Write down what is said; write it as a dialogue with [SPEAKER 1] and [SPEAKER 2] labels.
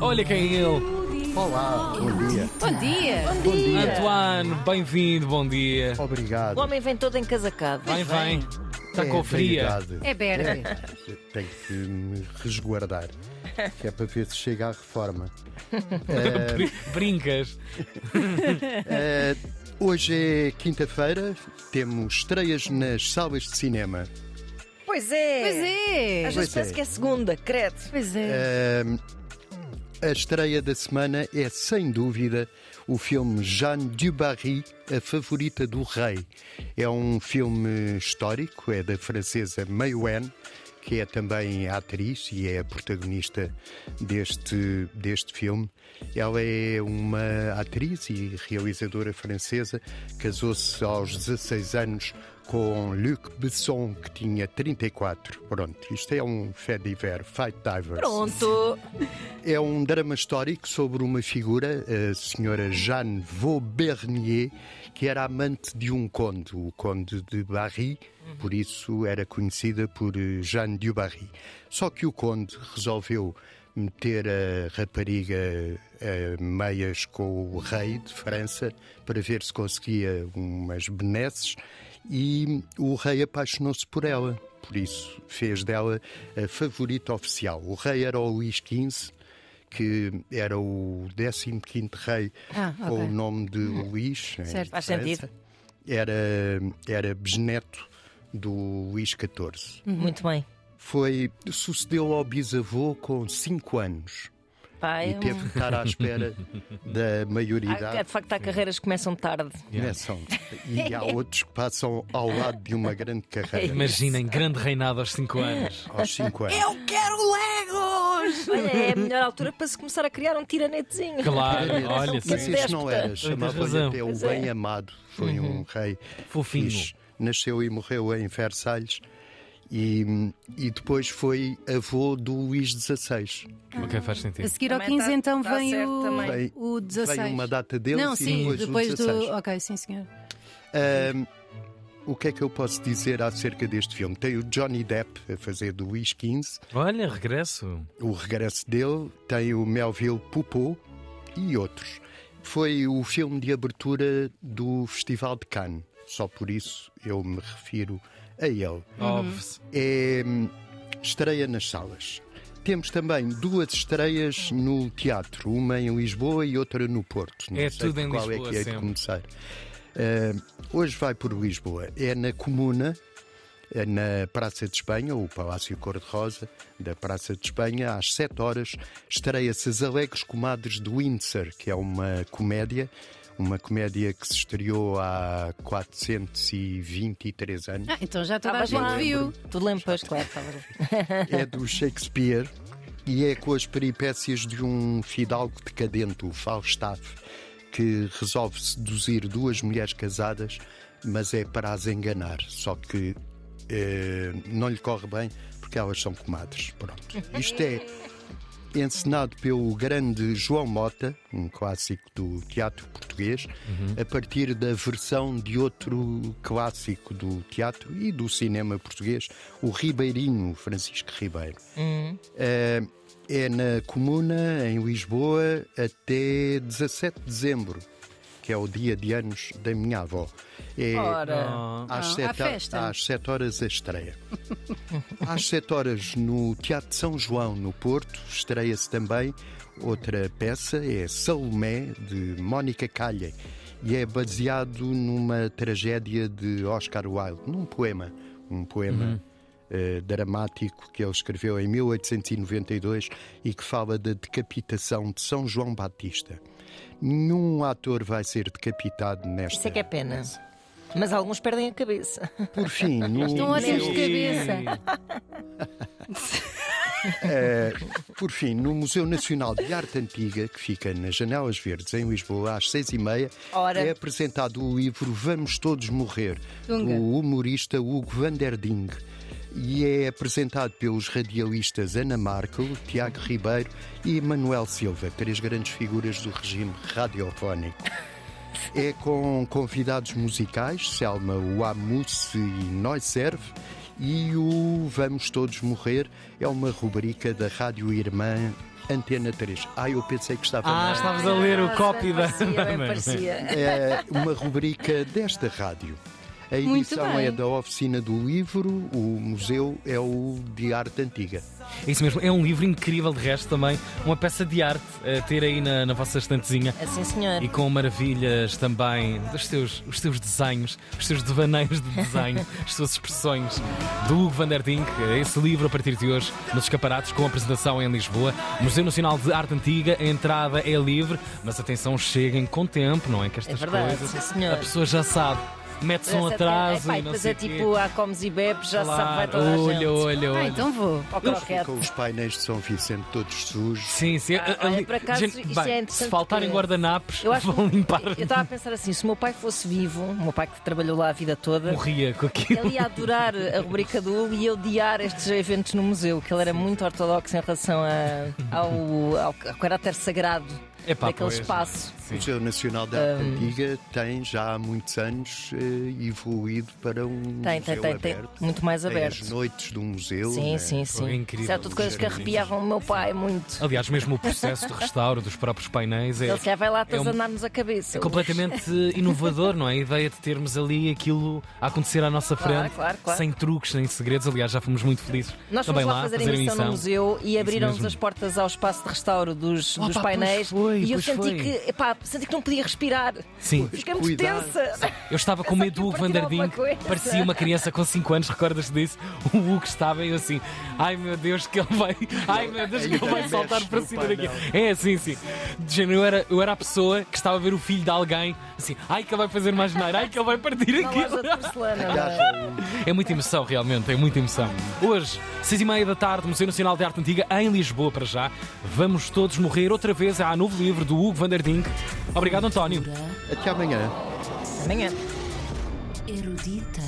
[SPEAKER 1] Olha quem é ele.
[SPEAKER 2] Olá, bom dia.
[SPEAKER 3] Bom dia!
[SPEAKER 2] Bom dia.
[SPEAKER 1] Antoine, bem-vindo, bom dia.
[SPEAKER 2] Obrigado.
[SPEAKER 4] O homem vem todo encasacado.
[SPEAKER 1] Vem, vem. Está
[SPEAKER 2] É,
[SPEAKER 1] com fria.
[SPEAKER 2] tenho idade.
[SPEAKER 3] É Berg.
[SPEAKER 2] Tenho que me resguardar. Que é para ver se chega à reforma.
[SPEAKER 1] Brincas.
[SPEAKER 2] Eh, hoje é quinta-feira, temos estreias nas salas de cinema.
[SPEAKER 4] Pois é.
[SPEAKER 3] Pois é!
[SPEAKER 4] Às vezes
[SPEAKER 2] Pois
[SPEAKER 4] parece
[SPEAKER 2] é.
[SPEAKER 4] que é segunda, credo.
[SPEAKER 3] Pois é!
[SPEAKER 2] Eh, a estreia da semana é, sem dúvida, o filme Jeanne du Barry, A Favorita do Rei. É um filme histórico, é da francesa Maywen, que é também a atriz e é a protagonista deste, deste filme. Ela é uma atriz e realizadora francesa, casou-se aos 16 anos com Luc Besson, que tinha 34. Pronto, isto é um fait divers, fight divers.
[SPEAKER 4] Pronto.
[SPEAKER 2] É um drama histórico sobre uma figura, a senhora Jeanne Vaubernier, que era amante de um conde, o conde de Barry, por isso era conhecida por eh, Jeanne de Barry. Só que o conde resolveu meter a rapariga a meias com o rei de França para ver se conseguia umas benesses e o rei apaixonou-se por ela. Por isso fez dela a favorita oficial. O rei era o Luís XV, que era o 15 rei
[SPEAKER 3] Ah,
[SPEAKER 2] com
[SPEAKER 3] ok.
[SPEAKER 2] o nome de Luís. em
[SPEAKER 3] Certo.
[SPEAKER 4] Faz
[SPEAKER 2] França.
[SPEAKER 4] sentido.
[SPEAKER 2] Era, era bisneto do Luís XIV.
[SPEAKER 4] Muito bem.
[SPEAKER 2] Foi, sucedeu ao bisavô com 5 anos
[SPEAKER 4] Pai.
[SPEAKER 2] e teve que estar à espera da
[SPEAKER 4] Há,
[SPEAKER 3] Ah,
[SPEAKER 2] maioridade.
[SPEAKER 4] é um- de facto, há carreiras que começam tarde.
[SPEAKER 2] Começam. E há outros que passam ao lado de uma grande carreira
[SPEAKER 1] Imaginem, grande reinado aos 5 anos.
[SPEAKER 2] aos 5 anos.
[SPEAKER 4] Eu quero Legos! Olha, é a melhor altura para se começar a criar um tiranetezinho.
[SPEAKER 1] Claro, olha,
[SPEAKER 2] Mas
[SPEAKER 1] sim.
[SPEAKER 2] este não era, chamava-lhe
[SPEAKER 1] razão. Uhum.
[SPEAKER 2] até o
[SPEAKER 4] Pois é.
[SPEAKER 2] bem amado. Foi um rei
[SPEAKER 1] Fofinho.
[SPEAKER 2] fixe. Nasceu e morreu em Versalhes e, e depois foi avô do Luís XVI.
[SPEAKER 1] Ok, é faz
[SPEAKER 3] A
[SPEAKER 1] sentido.
[SPEAKER 3] seguir ao
[SPEAKER 4] Também
[SPEAKER 3] 15
[SPEAKER 4] tá-
[SPEAKER 3] então
[SPEAKER 4] tá
[SPEAKER 3] vem
[SPEAKER 4] certo
[SPEAKER 3] o,
[SPEAKER 4] também.
[SPEAKER 3] o 16.
[SPEAKER 2] Veio uma data deles
[SPEAKER 3] Não,
[SPEAKER 2] e
[SPEAKER 3] sim,
[SPEAKER 2] depois,
[SPEAKER 3] depois
[SPEAKER 2] o 16.
[SPEAKER 3] do. Ok, sim, senhor.
[SPEAKER 2] Ahm, o que é que eu posso dizer acerca deste filme? Tem o Johnny Depp a fazer do Luís XV,
[SPEAKER 1] Olha, regresso.
[SPEAKER 2] o regresso dele, tem o Melville Poupeau e outros. Foi o filme de abertura do Festival de Cannes, só por isso eu me refiro a ele.
[SPEAKER 1] Óbvio.
[SPEAKER 2] é hum, estreia nas salas. Temos também duas estreias no teatro, uma em Lisboa e outra no Porto. Não
[SPEAKER 1] É
[SPEAKER 2] sei
[SPEAKER 1] tudo em
[SPEAKER 2] qual
[SPEAKER 1] Lisboa
[SPEAKER 2] é que é de
[SPEAKER 1] sempre.
[SPEAKER 2] começar. Ah, hoje vai por Lisboa. É na Comuna, é na Praça de Espanha, o Palácio Cor-de-Rosa da Praça de Espanha, às 7 horas, estreia-se As Alegres Comadres de Windsor, que é uma comédia, uma comédia que se estreou há 423 anos.
[SPEAKER 3] Ah, então já toda a
[SPEAKER 4] Estavas lá.
[SPEAKER 3] gente viu.
[SPEAKER 4] Tu limpas, claro, estavas lá.
[SPEAKER 2] é do Shakespeare e é com as peripécias de um fidalgo decadente, o Falstaff, que resolve seduzir duas mulheres casadas, mas é para as enganar. Só que eh, não lhe corre bem porque elas são comadres. Pronto. Isto é encenado pelo grande João Mota, um clássico do teatro português, a partir da versão de outro clássico do teatro e do cinema português, o Ribeirinho, o Francisco Ribeiro. Eh, é na Comuna, em Lisboa, até 17 de dezembro, que é o dia de anos da minha avó. É
[SPEAKER 4] Ora.
[SPEAKER 2] às,
[SPEAKER 3] Ah, à
[SPEAKER 2] sete,
[SPEAKER 3] festa.
[SPEAKER 2] às sete horas a estreia. às 7 horas no Teatro de São João, no Porto, estreia-se também outra peça, é Salomé, de Mónica Calha, e é baseado numa tragédia de Oscar Wilde, num poema, um poema eh, dramático que ele escreveu em 1892 e que fala da decapitação de São João Batista. Nenhum ator vai ser decapitado nesta.
[SPEAKER 4] Isso é que é pena. Mas alguns perdem a cabeça.
[SPEAKER 2] Por fim,
[SPEAKER 4] é
[SPEAKER 2] no
[SPEAKER 4] um
[SPEAKER 3] Estão
[SPEAKER 2] museu-
[SPEAKER 3] olhos de cabeça.
[SPEAKER 2] Eh, Por fim, no Museu Nacional de Arte Antiga, que fica nas Janelas Verdes, em Lisboa, às seis e meia,
[SPEAKER 4] Ora.
[SPEAKER 2] é apresentado o livro Vamos Todos Morrer,
[SPEAKER 3] Tunga.
[SPEAKER 2] do humorista Hugo van der Ding. E é apresentado pelos radialistas Ana Markel, Tiago Ribeiro e Manuel Silva, três grandes figuras do regime radiofónico. É com convidados musicais, Selma Wamus e Noiserve, e o Vamos Todos Morrer é uma rubrica da Rádio Irmã Antena 3. Ah, eu pensei que estava
[SPEAKER 1] Ah,
[SPEAKER 2] na-
[SPEAKER 1] estavas a ler o copy da.
[SPEAKER 4] Parecia, bem parecia.
[SPEAKER 2] é uma rubrica desta rádio. A
[SPEAKER 3] Muito
[SPEAKER 2] edição
[SPEAKER 3] bem.
[SPEAKER 2] é da Oficina do Livro, o museu é o de Arte Antiga.
[SPEAKER 1] É isso mesmo, é um livro incrível de resto também, uma peça de arte a ter aí na, na vossa estantezinha.
[SPEAKER 4] Assim, senhor.
[SPEAKER 1] E com maravilhas também dos seus, os seus desenhos, os seus devaneios de desenho, as suas expressões do Hugo van der Dink. Esse livro a partir de hoje nos escaparates com apresentação em Lisboa, Museu Nacional de Arte Antiga. A entrada é livre, mas atenção, cheguem com tempo, não é? Que estas
[SPEAKER 4] É verdade,
[SPEAKER 1] coisas
[SPEAKER 4] sim, senhor.
[SPEAKER 1] a pessoa já sabe, mete som atrás
[SPEAKER 4] Epá,
[SPEAKER 1] e
[SPEAKER 4] e
[SPEAKER 1] não
[SPEAKER 4] depois
[SPEAKER 1] sei
[SPEAKER 4] é
[SPEAKER 1] o quê.
[SPEAKER 4] tipo, há comes e bebes, já sabe que vai
[SPEAKER 1] Claro,
[SPEAKER 4] toda a gente.
[SPEAKER 1] olha, olha,
[SPEAKER 3] Ah,
[SPEAKER 1] olha.
[SPEAKER 3] então vou.
[SPEAKER 4] Ao croquete.
[SPEAKER 2] Com os painéis de São Vicente todos sujos.
[SPEAKER 1] Sim, sim.
[SPEAKER 4] Ah,
[SPEAKER 1] ali-
[SPEAKER 4] olha, por acaso,
[SPEAKER 1] gente,
[SPEAKER 4] isto
[SPEAKER 1] bem,
[SPEAKER 4] é
[SPEAKER 1] se
[SPEAKER 4] interessante
[SPEAKER 1] faltarem
[SPEAKER 4] porque
[SPEAKER 1] guardanapos,
[SPEAKER 4] Eu acho
[SPEAKER 1] vão limpar.
[SPEAKER 4] Eu estava a pensar assim, se o meu pai fosse vivo, o meu pai que trabalhou lá a vida toda,
[SPEAKER 1] Morria com aquilo.
[SPEAKER 4] ele ia adorar a rubrica do Hugo e ia odiar estes eventos no museu, que ele era muito ortodoxo em relação a- ao, ao, ao caráter sagrado
[SPEAKER 1] Epá,
[SPEAKER 4] daquele
[SPEAKER 1] pois,
[SPEAKER 4] espaço.
[SPEAKER 2] O
[SPEAKER 1] Sim.
[SPEAKER 2] Museu Nacional da Arte Antiga tem já há muitos anos eh, evoluído para um
[SPEAKER 4] Tem, tem,
[SPEAKER 2] museu
[SPEAKER 4] tem, tem.
[SPEAKER 2] aberto.
[SPEAKER 4] Muito mais
[SPEAKER 2] Tem as
[SPEAKER 4] aberto.
[SPEAKER 2] noites do museu.
[SPEAKER 4] Sim,
[SPEAKER 2] né?
[SPEAKER 4] sim,
[SPEAKER 1] Foi
[SPEAKER 4] sim.
[SPEAKER 1] incrível,
[SPEAKER 4] Isso era tudo coisas que
[SPEAKER 1] jardins.
[SPEAKER 4] arrepiavam o meu pai muito.
[SPEAKER 1] Aliás, mesmo o processo de restauro dos próprios painéis é,
[SPEAKER 4] Ele se calhar vai lá
[SPEAKER 1] é um-
[SPEAKER 4] atazanar-nos a cabeça.
[SPEAKER 1] é completamente inovador, não é? A ideia de termos ali aquilo a acontecer à nossa
[SPEAKER 4] Claro,
[SPEAKER 1] frente,
[SPEAKER 4] claro, claro.
[SPEAKER 1] sem truques nem segredos. Aliás, já fomos muito felizes
[SPEAKER 4] Nós fomos
[SPEAKER 1] também
[SPEAKER 4] lá fazer a emissão no museu e abriram-nos
[SPEAKER 1] mesmo.
[SPEAKER 4] as portas ao espaço de restauro dos,
[SPEAKER 1] Opa,
[SPEAKER 4] dos
[SPEAKER 1] pois
[SPEAKER 4] painéis.
[SPEAKER 1] foi,
[SPEAKER 4] e eu
[SPEAKER 1] pois
[SPEAKER 4] senti
[SPEAKER 1] foi.
[SPEAKER 4] que epá, senti que não podia respirar.
[SPEAKER 1] Sim,
[SPEAKER 4] Fiquei muito
[SPEAKER 2] Cuidado.
[SPEAKER 4] tensa.
[SPEAKER 1] eu estava com
[SPEAKER 4] Eu só
[SPEAKER 1] medo do Hugo
[SPEAKER 4] queria
[SPEAKER 1] Van Der
[SPEAKER 4] partilhar
[SPEAKER 1] Dink.
[SPEAKER 4] alguma coisa.
[SPEAKER 1] Parecia uma criança com 5 anos, recordas-te disso? O Hugo estava e eu assim, ai meu Deus, que ele vai, ai meu Deus, que ele
[SPEAKER 2] Ainda
[SPEAKER 1] vai saltar
[SPEAKER 2] mexe
[SPEAKER 1] para
[SPEAKER 2] no
[SPEAKER 1] cima daqui.
[SPEAKER 2] painel.
[SPEAKER 1] É assim, sim. De género, eu era, eu era a pessoa que estava a ver o filho de alguém, assim, ai que ele vai fazer mais geneira, ai que ele vai partir
[SPEAKER 4] Na
[SPEAKER 1] aquilo.
[SPEAKER 4] loja de porcelana. não é?
[SPEAKER 2] Aliás,
[SPEAKER 1] É muita emoção, realmente, é muita emoção. Hoje, seis e meia da tarde, Museu Nacional de Arte Antiga, em Lisboa, para já. Vamos todos morrer outra vez. Há novo livro do Hugo van der Dink. Obrigado, António.
[SPEAKER 2] Até amanhã.
[SPEAKER 4] Amanhã.
[SPEAKER 5] erudita.